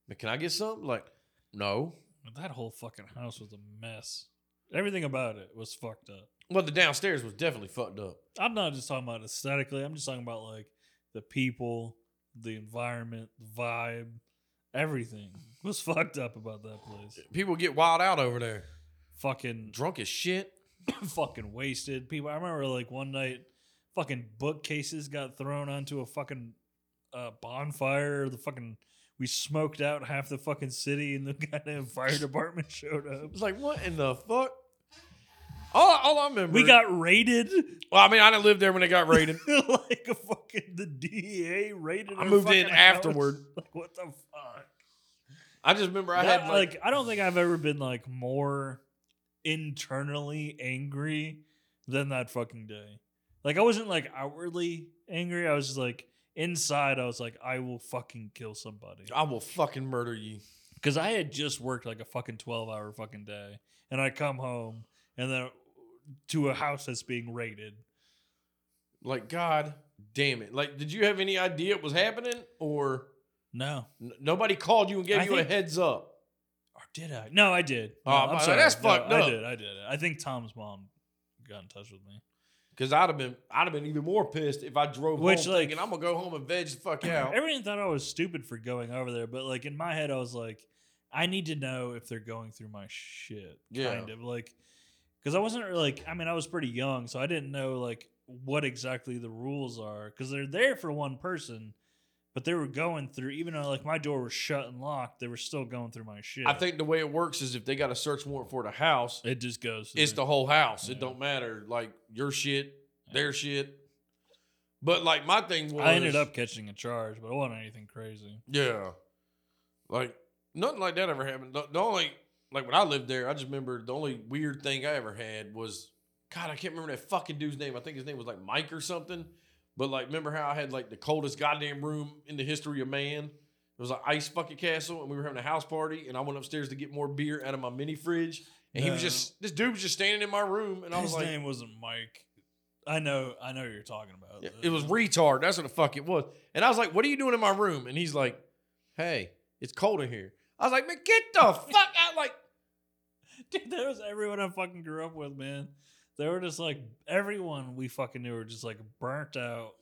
[SPEAKER 2] "Man, can I get some? Like, no.
[SPEAKER 1] that whole fucking house was a mess. Everything about it was fucked up.
[SPEAKER 2] Well, the downstairs was definitely fucked up.
[SPEAKER 1] I'm not just talking about aesthetically. I'm just talking about like the people, the environment, the vibe, everything was fucked up about that place.
[SPEAKER 2] People get wild out over there.
[SPEAKER 1] Fucking
[SPEAKER 2] Drunk as shit.
[SPEAKER 1] fucking wasted. People, I remember like one night, fucking bookcases got thrown onto a fucking uh, bonfire. The fucking we smoked out half the fucking city, and the goddamn fire department showed up.
[SPEAKER 2] It's like, what in the fuck? All, all I remember.
[SPEAKER 1] We got raided
[SPEAKER 2] Well, I mean, I didn't live there when they got raided.
[SPEAKER 1] like a fucking the DEA raided.
[SPEAKER 2] I
[SPEAKER 1] our
[SPEAKER 2] moved in
[SPEAKER 1] fucking house.
[SPEAKER 2] afterward.
[SPEAKER 1] Like what the fuck?
[SPEAKER 2] I just remember I
[SPEAKER 1] That-
[SPEAKER 2] had
[SPEAKER 1] like,
[SPEAKER 2] like,
[SPEAKER 1] I don't think I've ever been like more internally angry than that fucking day. Like I wasn't like outwardly angry. I was just like inside. I was like, I will fucking kill somebody
[SPEAKER 2] I will fucking murder you.
[SPEAKER 1] because I had just worked like a fucking twelve hour fucking day, and I come home and then to a house that's being raided.
[SPEAKER 2] Like, God damn it. Like, did you have any idea it was happening? Or
[SPEAKER 1] No,
[SPEAKER 2] n- nobody called you and gave
[SPEAKER 1] I
[SPEAKER 2] you a
[SPEAKER 1] think-
[SPEAKER 2] heads up?
[SPEAKER 1] or did I? No, I did. No,
[SPEAKER 2] Oh,
[SPEAKER 1] I'm
[SPEAKER 2] my-
[SPEAKER 1] sorry.
[SPEAKER 2] that's
[SPEAKER 1] No,
[SPEAKER 2] fucked up.
[SPEAKER 1] I did. I did. I think Tom's mom got in touch with me.
[SPEAKER 2] Cause I'd have been, I'd have been even more pissed if I drove
[SPEAKER 1] Which,
[SPEAKER 2] home
[SPEAKER 1] like-
[SPEAKER 2] thinking I'm gonna go home and veg the fuck out.
[SPEAKER 1] Everyone thought I was stupid for going over there, but like in my head, I was like, I need to know if they're going through my shit.
[SPEAKER 2] Yeah.
[SPEAKER 1] Kind of like, because I wasn't really, like, I mean, I was pretty young, so I didn't know like what exactly the rules are because they're there for one person, but they were going through, even though like my door was shut and locked, they were still going through my shit.
[SPEAKER 2] I think the way it works is if they got a search warrant for the house,
[SPEAKER 1] it just goes.
[SPEAKER 2] it's
[SPEAKER 1] through.
[SPEAKER 2] the whole house. It
[SPEAKER 1] Yeah.
[SPEAKER 2] don't matter like your shit,
[SPEAKER 1] Yeah.
[SPEAKER 2] their shit. But like my thing was,
[SPEAKER 1] I ended up catching a charge, but it wasn't anything crazy.
[SPEAKER 2] yeah, like nothing like that ever happened. The, the only like when I lived there, I just remember the only weird thing I ever had was, God, I can't remember that fucking dude's name. I think his name was like Mike or something. But like, remember how I had like the coldest goddamn room in the history of man? It was an ice bucket castle, and we were having a house party, and I went upstairs to get more beer out of my mini fridge, and he was
[SPEAKER 1] No.
[SPEAKER 2] just this dude was just standing in my room, and I was
[SPEAKER 1] His
[SPEAKER 2] like,
[SPEAKER 1] name wasn't Mike. I know, I know who you're talking about.
[SPEAKER 2] Yeah, It was retard. That's what the fuck it was. And I was like, what are you doing in my room? And he's like, hey, it's cold in here. I was like, man, get the fuck out. Like,
[SPEAKER 1] Dude, that was everyone I fucking grew up with, man. They were just like everyone we fucking knew were just like burnt out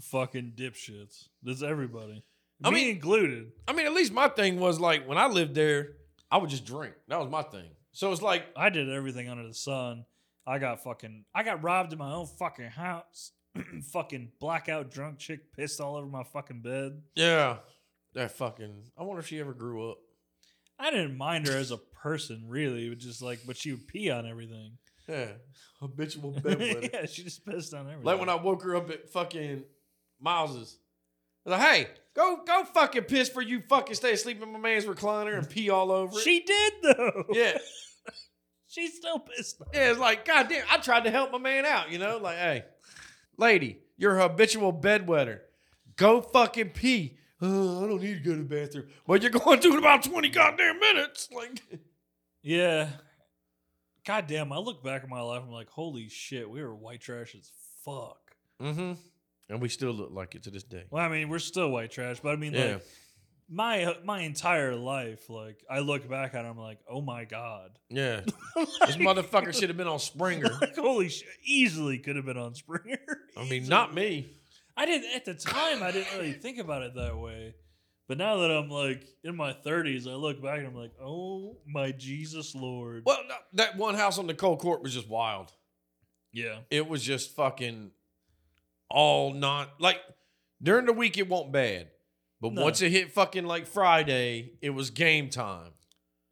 [SPEAKER 1] fucking dipshits. That's everybody.
[SPEAKER 2] I
[SPEAKER 1] Me
[SPEAKER 2] mean-
[SPEAKER 1] included.
[SPEAKER 2] I mean, at least my thing was like when I lived there, I would just drink. That was my thing. So it's like,
[SPEAKER 1] I did everything under the sun. I got fucking I got robbed in my own fucking house. fucking blackout drunk chick pissed all over my fucking bed.
[SPEAKER 2] yeah, that fucking. I wonder if she ever grew up.
[SPEAKER 1] I didn't mind her as a person, really. It was just like but she would pee on everything.
[SPEAKER 2] Yeah, habitual bedwetter.
[SPEAKER 1] yeah, she just pissed on everything.
[SPEAKER 2] Like when I woke her up at fucking Miles's. I was like, hey, go go fucking piss for you fucking stay asleep in my man's recliner and pee all over it.
[SPEAKER 1] She did though.
[SPEAKER 2] yeah,
[SPEAKER 1] She's still pissed on
[SPEAKER 2] Yeah, it's like, goddamn, I tried to help my man out, you know? Like, hey, lady, you're a habitual bedwetter. Go fucking pee. Oh, I don't need to go to the bathroom. Well, you're going to in about 20 goddamn minutes. Like,
[SPEAKER 1] Yeah. goddamn, I look back at my life. I'm like, holy shit, we were white trash as fuck.
[SPEAKER 2] Mm-hmm. And we still look like it to this day.
[SPEAKER 1] Well, I mean, we're still white trash, but I mean,
[SPEAKER 2] yeah.
[SPEAKER 1] like my my entire life, like I look back at, it, I'm like, oh my god,
[SPEAKER 2] yeah. This
[SPEAKER 1] like,
[SPEAKER 2] motherfucker should have been on Springer.
[SPEAKER 1] like, holy shit, easily could have been on Springer.
[SPEAKER 2] I mean,
[SPEAKER 1] Easily.
[SPEAKER 2] not me.
[SPEAKER 1] I didn't at the time. I didn't really think about it that way. But now that I'm like in my 30s, I look back and I'm like, oh my Jesus Lord.
[SPEAKER 2] Well, no, that one house on Nicole Court was just wild.
[SPEAKER 1] Yeah.
[SPEAKER 2] It was just fucking all non like during the week it won't bad. But
[SPEAKER 1] No.
[SPEAKER 2] once it hit fucking like Friday, it was game time.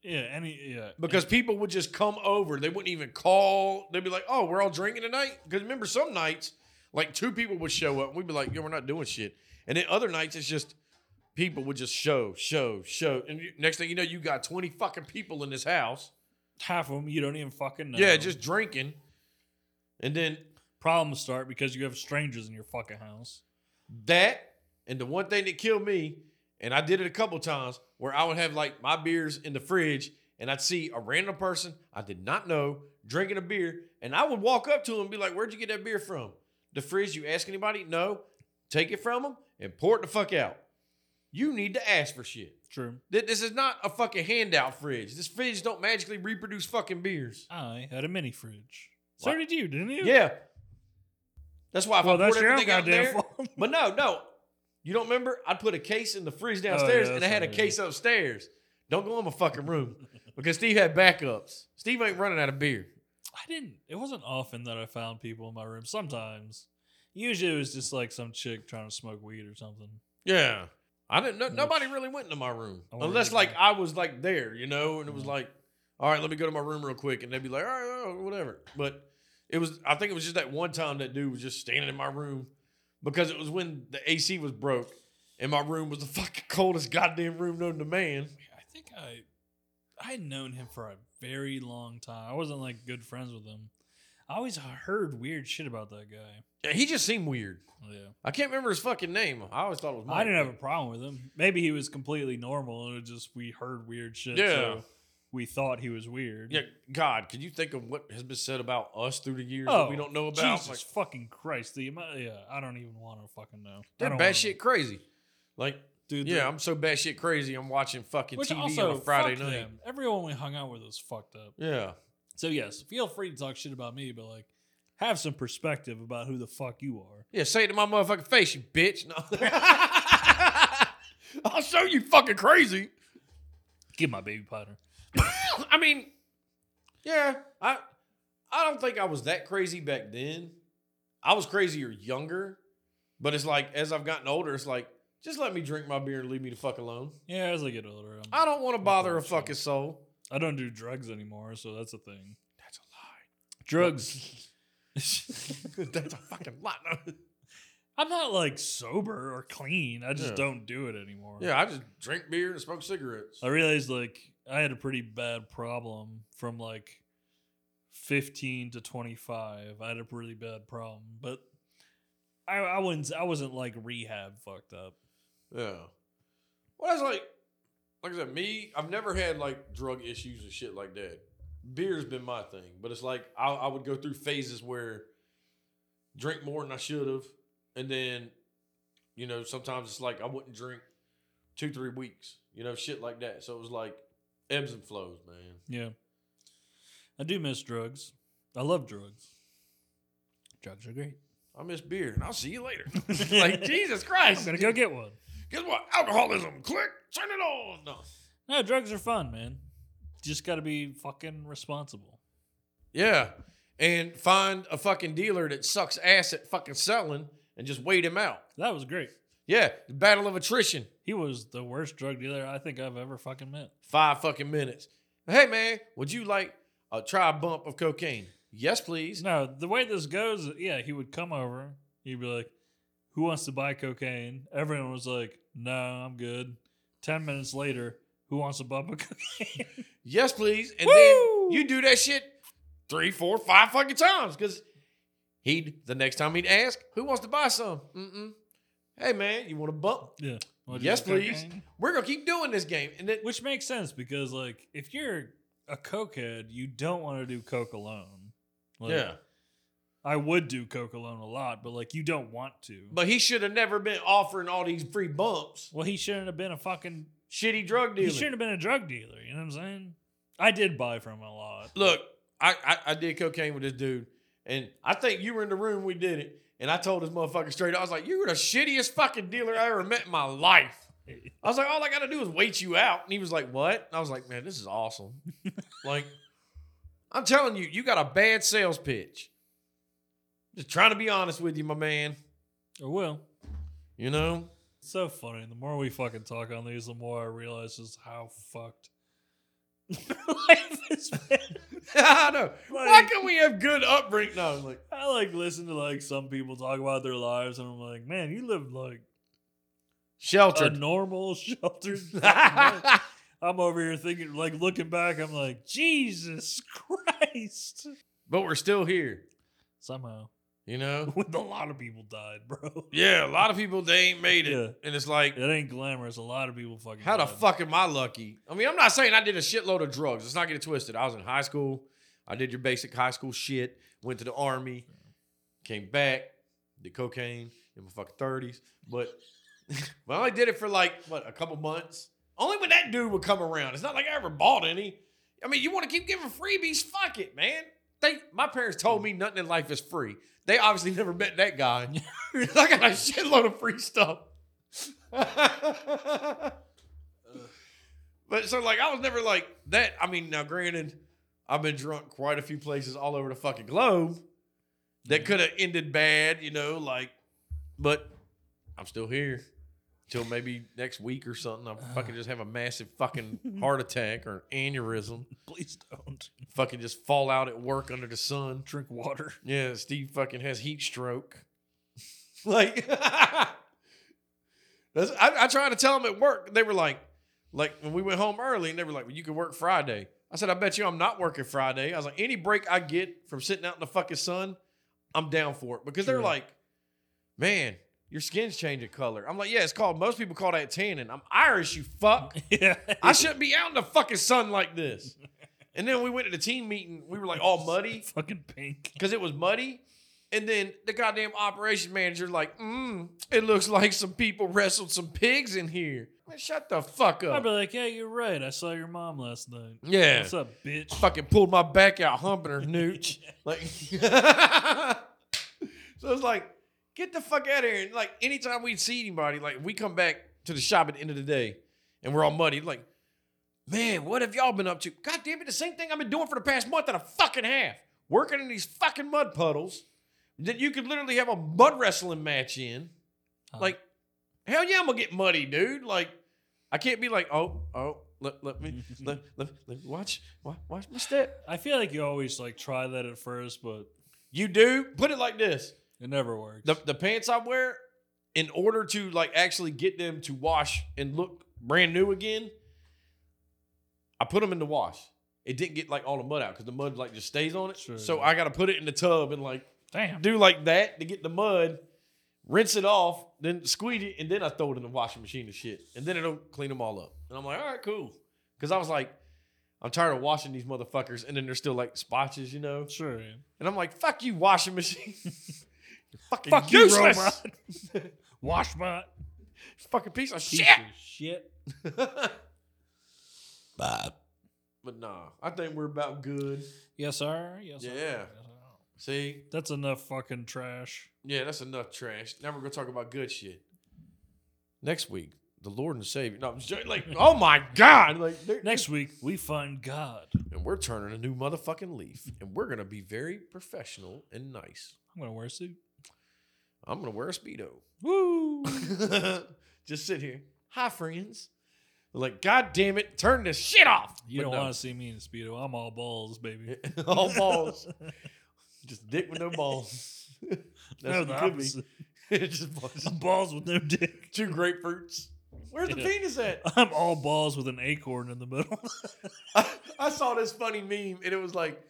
[SPEAKER 1] Yeah. Any. Yeah.
[SPEAKER 2] Because people would just come over. They wouldn't even call. They'd be like, oh, we're all drinking tonight. Because remember, some nights, like two people would show up. And we'd be like, yo, we're not doing shit. And then other nights, it's just people would just show, show, show. And you, next thing you know, you got 20 fucking people in this house.
[SPEAKER 1] half of them you don't even fucking know.
[SPEAKER 2] Yeah, just drinking. And then
[SPEAKER 1] problems start because you have strangers in your fucking house.
[SPEAKER 2] that, and the one thing that killed me, and I did it a couple times, where I would have like my beers in the fridge, and I'd see a random person I did not know drinking a beer, and I would walk up to him and be like, "Where'd you get that beer from? The fridge? You ask anybody? No. Take it from them and pour it the fuck out. You need to ask for shit.
[SPEAKER 1] True.
[SPEAKER 2] Th- This is not a fucking handout fridge. This fridge don't magically reproduce fucking beers.
[SPEAKER 1] I had a mini fridge.
[SPEAKER 2] What?
[SPEAKER 1] So did you, didn't you?
[SPEAKER 2] Yeah." That's why if
[SPEAKER 1] Well,
[SPEAKER 2] I poured
[SPEAKER 1] that's your own
[SPEAKER 2] everything out there,
[SPEAKER 1] goddamn fault.
[SPEAKER 2] But no, no. You don't remember? I put a case in the fridge downstairs and I
[SPEAKER 1] Oh, that's
[SPEAKER 2] had a
[SPEAKER 1] right.
[SPEAKER 2] case upstairs. Don't go in my fucking room because Steve had backups. Steve ain't running out of beer.
[SPEAKER 1] I didn't. It wasn't often that I found people in my room. Sometimes, usually it was just like some chick trying to smoke weed or something.
[SPEAKER 2] Yeah. I didn't know.
[SPEAKER 1] Which-
[SPEAKER 2] Nobody really went into my room
[SPEAKER 1] Mm. I wonder
[SPEAKER 2] unless
[SPEAKER 1] if
[SPEAKER 2] like
[SPEAKER 1] they-
[SPEAKER 2] I was like there, you know, and it was
[SPEAKER 1] Mhm.
[SPEAKER 2] like, all right, let me go to my room real quick. And they'd be like, all right, all right, whatever. But it was, I think it was just that one time that dude was just standing in my room because it was when the AC was broke and my room was the fucking coldest goddamn room known to man.
[SPEAKER 1] I think I, I had known him for a very long time. I wasn't like good friends with him. I always heard weird shit about that guy.
[SPEAKER 2] Yeah, he just seemed weird.
[SPEAKER 1] Yeah,
[SPEAKER 2] I can't remember his fucking name. I always thought it was Mike.
[SPEAKER 1] I didn't have a problem with him. Maybe he was completely normal and it just we heard weird shit.
[SPEAKER 2] Yeah.
[SPEAKER 1] so we thought he was weird.
[SPEAKER 2] Yeah, God, can you think of what has been said about us through the years that
[SPEAKER 1] Oh,
[SPEAKER 2] we don't know about?
[SPEAKER 1] Jesus
[SPEAKER 2] Like,
[SPEAKER 1] fucking Christ! The amount, yeah, I don't even want to fucking know. I
[SPEAKER 2] they're
[SPEAKER 1] don't wanna
[SPEAKER 2] batshit crazy. Like,
[SPEAKER 1] know. dude.
[SPEAKER 2] yeah,
[SPEAKER 1] the-
[SPEAKER 2] I'm so batshit crazy. I'm watching fucking
[SPEAKER 1] which
[SPEAKER 2] TV
[SPEAKER 1] also
[SPEAKER 2] on a Friday
[SPEAKER 1] fuck
[SPEAKER 2] night.
[SPEAKER 1] them. Everyone we hung out with was fucked up.
[SPEAKER 2] Yeah,
[SPEAKER 1] So yes, feel free to talk shit about me, but like, have some perspective about who the fuck you are.
[SPEAKER 2] yeah. Say it to my motherfucking face, you bitch. No. I'll show you fucking crazy.
[SPEAKER 1] Give my baby powder.
[SPEAKER 2] I mean, yeah, I I don't think I was that crazy back then. I was crazier younger, but it's like as I've gotten older, it's like just let me drink my beer and leave me the fuck alone.
[SPEAKER 1] Yeah, as I get older, I'm,
[SPEAKER 2] I don't want to bother a
[SPEAKER 1] Unfortunately.
[SPEAKER 2] fucking soul.
[SPEAKER 1] I don't do drugs anymore, so that's a thing.
[SPEAKER 2] That's a
[SPEAKER 1] Drugs.
[SPEAKER 2] lie. That's a fucking lot.
[SPEAKER 1] I'm not like sober or clean. I just
[SPEAKER 2] Yeah.
[SPEAKER 1] don't do it anymore.
[SPEAKER 2] yeah, I just drink beer and smoke cigarettes.
[SPEAKER 1] I realized like I had a pretty bad problem from like 15 to 25. I had a pretty bad problem, but I I wasn't I wasn't like rehab fucked up.
[SPEAKER 2] Yeah. Well, that's like, like I said, me, I've never had like drug issues and shit like that. Beer's been my thing, but it's like I, I would go through phases where drink more than I should have. And then, you know, sometimes it's like I wouldn't drink two, three weeks, you know, shit like that. So it was like ebbs and flows, man.
[SPEAKER 1] Yeah. I do miss drugs. I love drugs. Drugs are great.
[SPEAKER 2] I miss beer and I'll see you later. like, Jesus Christ.
[SPEAKER 1] I'm gonna go get one.
[SPEAKER 2] Guess what? Alcoholism. Click. Turn it on. No.
[SPEAKER 1] No, drugs are fun, man. Just gotta be fucking responsible.
[SPEAKER 2] Yeah. And find a fucking dealer that sucks ass at fucking selling and just wait him out.
[SPEAKER 1] That was great.
[SPEAKER 2] Yeah. Battle of attrition.
[SPEAKER 1] He was the worst drug dealer I think I've ever fucking met.
[SPEAKER 2] Five fucking minutes. Hey, man, would you like a try a bump of cocaine? Yes, please.
[SPEAKER 1] No, the way this goes, yeah, he would come over. He'd be like, "Who wants to buy cocaine?" Everyone was like, "No, I'm good." Ten minutes later, who wants a bump of cocaine?
[SPEAKER 2] Yes, please. And
[SPEAKER 1] Woo!
[SPEAKER 2] then you do that shit three, four, five fucking times because he'd, the next time he'd ask, who wants to buy some? Mm-mm. Hey, man, you want a bump?
[SPEAKER 1] yeah. Wanna do
[SPEAKER 2] Yes,
[SPEAKER 1] some
[SPEAKER 2] please. We're going to keep doing this game. And then,
[SPEAKER 1] Which makes sense because, like, if you're a cokehead, you don't want to do coke alone. Like,
[SPEAKER 2] yeah.
[SPEAKER 1] I would do coke alone a lot, but like you don't want to.
[SPEAKER 2] But he should have never been offering all these free bumps.
[SPEAKER 1] well, he shouldn't have been a fucking.
[SPEAKER 2] Shitty drug dealer.
[SPEAKER 1] He shouldn't have been a drug dealer. You know what I'm saying? I did buy from him a lot.
[SPEAKER 2] Look, I, I, I did cocaine with this dude, and I think you were in the room when we did it. And I told this motherfucker straight, I was like, You were the shittiest fucking dealer I ever met in my life. I was like, All I gotta do is wait you out. And he was like, What? And I was like, Man, this is awesome. like, I'm telling you, you got a bad sales pitch. Just trying to be honest with you, my man.
[SPEAKER 1] Or will.
[SPEAKER 2] You know?
[SPEAKER 1] So funny. The more we fucking talk on these, the more I realize just how fucked life has been.
[SPEAKER 2] I know. Why
[SPEAKER 1] Like-
[SPEAKER 2] can we have good upbringing? No, like,
[SPEAKER 1] I like listen to like some people talk about their lives, and I'm like, man, you lived like a
[SPEAKER 2] sheltered.
[SPEAKER 1] normal, sheltered. fucking life." I'm over here thinking, like looking back, I'm like, Jesus Christ.
[SPEAKER 2] but we're still here,
[SPEAKER 1] Somehow,
[SPEAKER 2] you know?
[SPEAKER 1] with a lot of people died, bro.
[SPEAKER 2] Yeah, a lot of people, they ain't made it.
[SPEAKER 1] Yeah.
[SPEAKER 2] And it's like,
[SPEAKER 1] It ain't glamorous. A lot of people fucking.
[SPEAKER 2] how the
[SPEAKER 1] died.
[SPEAKER 2] fuck am I lucky? I mean, I'm not saying I did a shitload of drugs. Let's not get it twisted. I was in high school. I did your basic high school shit, went to the army, came back, did cocaine in my fucking 30s. But, but I only did it for like, what, a couple months? Only when that dude would come around. It's not like I ever bought any. I mean, you want to keep giving freebies? Fuck it, man. They, my parents told me nothing in life is free. They obviously never met that guy. I got a shitload of free stuff. but so, like, I was never like that. I mean, now, granted, I've been drunk quite a few places all over the fucking globe that could have ended bad, you know, like, but I'm still here till maybe next week or something. I fucking just have a massive fucking heart attack or an aneurysm.
[SPEAKER 1] Please don't
[SPEAKER 2] Fucking just fall out at work under the sun.
[SPEAKER 1] drink water.
[SPEAKER 2] Yeah, Steve fucking has heat stroke. like, that's, I, I tried to tell them at work. They were like, like when we went home early, and they were like, "Well, you can work Friday." I said, "I bet you I'm not working Friday." I was like, "Any break I get from sitting out in the fucking sun, I'm down for it." Because they're
[SPEAKER 1] Sure.
[SPEAKER 2] like, "Man, your skin's changing color." I'm like, "Yeah, it's called." Most people call that tanning. I'm Irish, you fuck.
[SPEAKER 1] yeah.
[SPEAKER 2] I shouldn't be out in the fucking sun like this. And then we went to the team meeting. We were like all muddy
[SPEAKER 1] fucking pink.
[SPEAKER 2] because it was muddy. And then the goddamn operation manager like, mm, it looks like some people wrestled some pigs in here. Man, shut the fuck
[SPEAKER 1] I'd
[SPEAKER 2] up.
[SPEAKER 1] be like, yeah, you're right. I saw your mom last night.
[SPEAKER 2] yeah.
[SPEAKER 1] What's up, bitch?
[SPEAKER 2] Fucking pulled my back out humping her nooch. like So it's like, get the fuck out of here. And like anytime we'd see anybody, like we come back to the shop at the end of the day and we're all muddy, like, man, what have y'all been up to? God damn it, the same thing I've been doing for the past month and a fucking half. Working in these fucking mud puddles that you could literally have a mud wrestling match in.
[SPEAKER 1] Huh.
[SPEAKER 2] Like, hell yeah, I'm gonna get muddy, dude. Like, I can't be like, oh, oh, let, let me let, let, let me watch, watch watch my step.
[SPEAKER 1] I feel like you always like try that at first, but
[SPEAKER 2] You do put it like this.
[SPEAKER 1] it never works.
[SPEAKER 2] The the pants I wear, in order to like actually get them to wash and look brand new again, I put them in the wash. It didn't get like all the mud out because the mud like just stays on it.
[SPEAKER 1] Sure.
[SPEAKER 2] So I gotta put it in the tub and like
[SPEAKER 1] Damn.
[SPEAKER 2] do like that to get the mud, rinse it off, then squeeze it, and then I throw it in the washing machine and shit. And then it'll clean them all up. And I'm like, all right, cool. Because I was like, I'm tired of washing these motherfuckers, and then they're still like spotches, you know?
[SPEAKER 1] Sure. yeah.
[SPEAKER 2] And I'm like, fuck you, washing machine. You're fucking
[SPEAKER 1] Fuck you,
[SPEAKER 2] useless.
[SPEAKER 1] robot. Wash my
[SPEAKER 2] fucking piece of
[SPEAKER 1] piece
[SPEAKER 2] shit.
[SPEAKER 1] of shit.
[SPEAKER 2] But nah, I think we're about good.
[SPEAKER 1] Yes, sir. Yes, sir.
[SPEAKER 2] Yeah.
[SPEAKER 1] Yes, sir.
[SPEAKER 2] See?
[SPEAKER 1] That's enough fucking trash.
[SPEAKER 2] Yeah, that's enough trash. Now we're gonna talk about good shit. Next week, the Lord and Savior. No, I'm just like, oh my God! Like they're-
[SPEAKER 1] Next week, we find God.
[SPEAKER 2] and we're turning a new motherfucking leaf, and we're gonna be very professional and nice.
[SPEAKER 1] I'm going to wear a suit.
[SPEAKER 2] I'm gonna wear a speedo.
[SPEAKER 1] Woo.
[SPEAKER 2] Just sit here. Hi, friends. Like, God damn it, turn this shit off.
[SPEAKER 1] You
[SPEAKER 2] But
[SPEAKER 1] don't
[SPEAKER 2] no.
[SPEAKER 1] want to see me in a Speedo. I'm all balls, baby.
[SPEAKER 2] all balls. Just dick with no balls. That's
[SPEAKER 1] no,
[SPEAKER 2] what
[SPEAKER 1] the
[SPEAKER 2] it could be.
[SPEAKER 1] opposite.
[SPEAKER 2] Just balls.
[SPEAKER 1] I'm balls with no dick.
[SPEAKER 2] Two grapefruits. Where's the
[SPEAKER 1] Yeah.
[SPEAKER 2] penis at?
[SPEAKER 1] I'm all balls with an acorn in the middle.
[SPEAKER 2] I, I saw this funny meme and it was like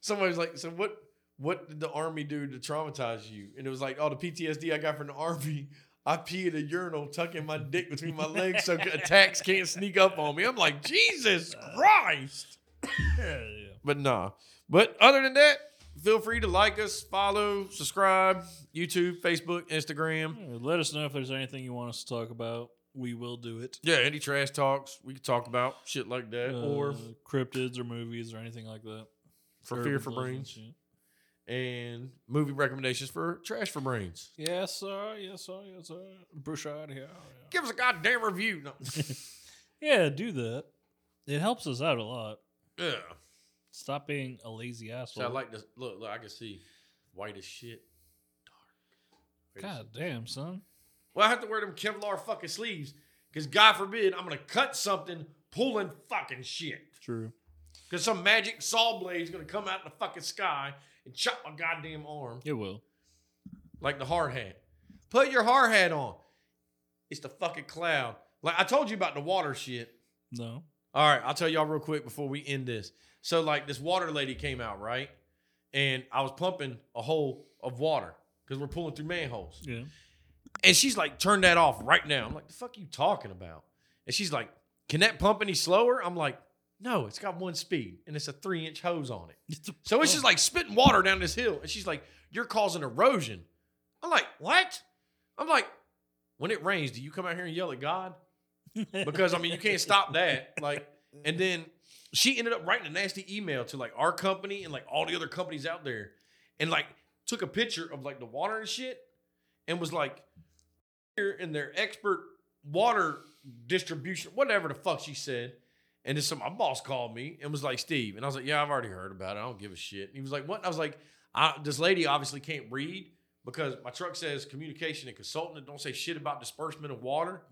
[SPEAKER 2] somebody was like, so what what did the army do to traumatize you? And it was like, oh, the PTSD I got from the army. I pee at a urinal, tucking my dick between my legs so attacks can't sneak up on me. I'm like, Jesus Christ.
[SPEAKER 1] yeah, yeah.
[SPEAKER 2] But nah. But other than that, feel free to like us, follow, subscribe, YouTube, Facebook, Instagram.
[SPEAKER 1] Yeah, Let us know if there's anything you want us to talk about. We will do it.
[SPEAKER 2] Yeah, any trash talks we could talk about shit like that, or
[SPEAKER 1] Uh, cryptids or movies or anything like that.
[SPEAKER 2] for
[SPEAKER 1] Urban
[SPEAKER 2] fear for
[SPEAKER 1] legends,
[SPEAKER 2] brains and movie recommendations for trash for brains.
[SPEAKER 1] yeah. Yes, sir. Yes, sir. Yes, sir. Brushard here. Yeah.
[SPEAKER 2] Give us a goddamn review. No.
[SPEAKER 1] yeah, do that. It helps us out a lot.
[SPEAKER 2] yeah,
[SPEAKER 1] Stop being a lazy
[SPEAKER 2] so
[SPEAKER 1] asshole.
[SPEAKER 2] I like this. Look, look, I can see white as shit, dark. White as
[SPEAKER 1] God damn, son.
[SPEAKER 2] Well, I have to wear them Kevlar fucking sleeves because God forbid I'm gonna cut something pulling fucking shit.
[SPEAKER 1] True.
[SPEAKER 2] Because some magic saw blade's gonna come out in the fucking sky and chop my goddamn arm
[SPEAKER 1] It will.
[SPEAKER 2] like the hard hat. Put your hard hat on. It's the fucking cloud. Like I told you about the water shit.
[SPEAKER 1] No.
[SPEAKER 2] All right, I'll tell y'all real quick before we end this. So like this water lady came out right, and I was pumping a hole of water because we're pulling through manholes.
[SPEAKER 1] Yeah.
[SPEAKER 2] And she's like, turn that off right now. I'm like, the fuck you talking about? And she's like, can that pump any slower? I'm like, no, it's got one speed and it's a three inch hose on it. So it's just like spitting water down this hill. And she's like, you're causing erosion. I'm like, what? I'm like, when it rains, do you come out here and yell at God? Because I mean, you can't stop that. Like, and then she ended up writing a nasty email to like our company and like all the other companies out there and like took a picture of like the water and shit and was like, here in their expert water distribution, whatever the fuck she said. And then some my boss called me and was like, Steve. And I was like, Yeah, I've already heard about it. I don't give a shit. And he was like, What? And I was like, I, this lady obviously can't read because my truck says communication and consultant. It don't say shit about disbursement of water.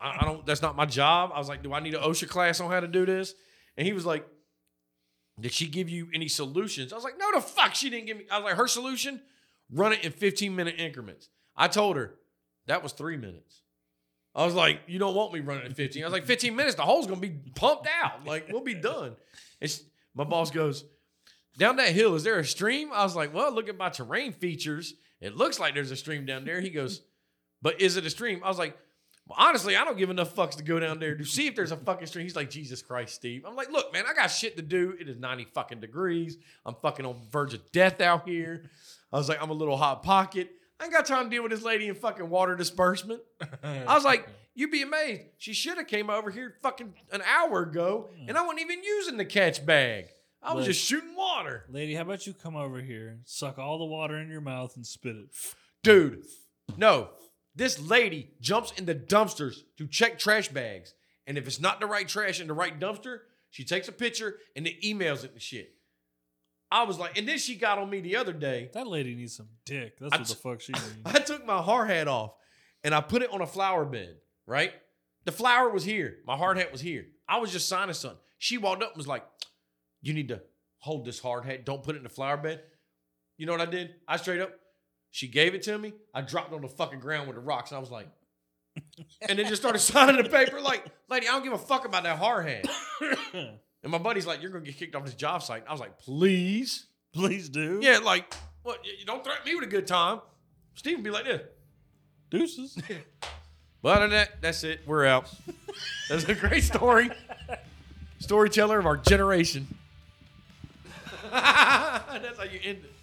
[SPEAKER 2] I, I don't, that's not my job. I was like, Do I need an OSHA class on how to do this? And he was like, Did she give you any solutions? I was like, No, the fuck, she didn't give me. I was like, Her solution, run it in 15 minute increments. I told her, that was three minutes. I was like, you don't want me running at 15. I was like, 15 minutes, the hole's gonna be pumped out. Like, we'll be done. It's my boss goes, down that hill, is there a stream? I was like, well, look at my terrain features. It looks like there's a stream down there. He goes, but is it a stream? I was like, well, honestly, I don't give enough fucks to go down there to see if there's a fucking stream. He's like, Jesus Christ, Steve. I'm like, look, man, I got shit to do. It is 90 fucking degrees. I'm fucking on verge of death out here. I was like, I'm a little hot pocket. I ain't got time to deal with this lady in fucking water disbursement. I was like, you'd be amazed. She should have came over here fucking an hour ago, and I wasn't even using the catch bag. I was
[SPEAKER 1] Look.
[SPEAKER 2] just shooting water.
[SPEAKER 1] Lady, how about you come over here, suck all the water in your mouth, and spit it?
[SPEAKER 2] Dude, no. This lady jumps in the dumpsters to check trash bags. And if it's not the right trash in the right dumpster, she takes a picture and then emails it and shit. I was like, and then she got on me the other day.
[SPEAKER 1] That lady needs some dick. That's
[SPEAKER 2] I
[SPEAKER 1] what the
[SPEAKER 2] t-
[SPEAKER 1] fuck she needs.
[SPEAKER 2] I took my hard hat off and I put it on a flower bed, right? The flower was here. My hard hat was here. I was just signing something. She walked up and was like, You need to hold this hard hat. Don't put it in the flower bed. You know what I did? I straight up, she gave it to me. I dropped it on the fucking ground with the rocks. And I was like, and then just started signing the paper like, lady, I don't give a fuck about that hard hat. And my buddy's like, You're gonna get kicked off this job site. And I was like, please.
[SPEAKER 1] Please do.
[SPEAKER 2] Yeah, like, what you don't threaten me with a good time. Steve would be like this.
[SPEAKER 1] Deuces.
[SPEAKER 2] But other than that, that's it. We're out. That's a great story. Storyteller of our generation. that's how you end it.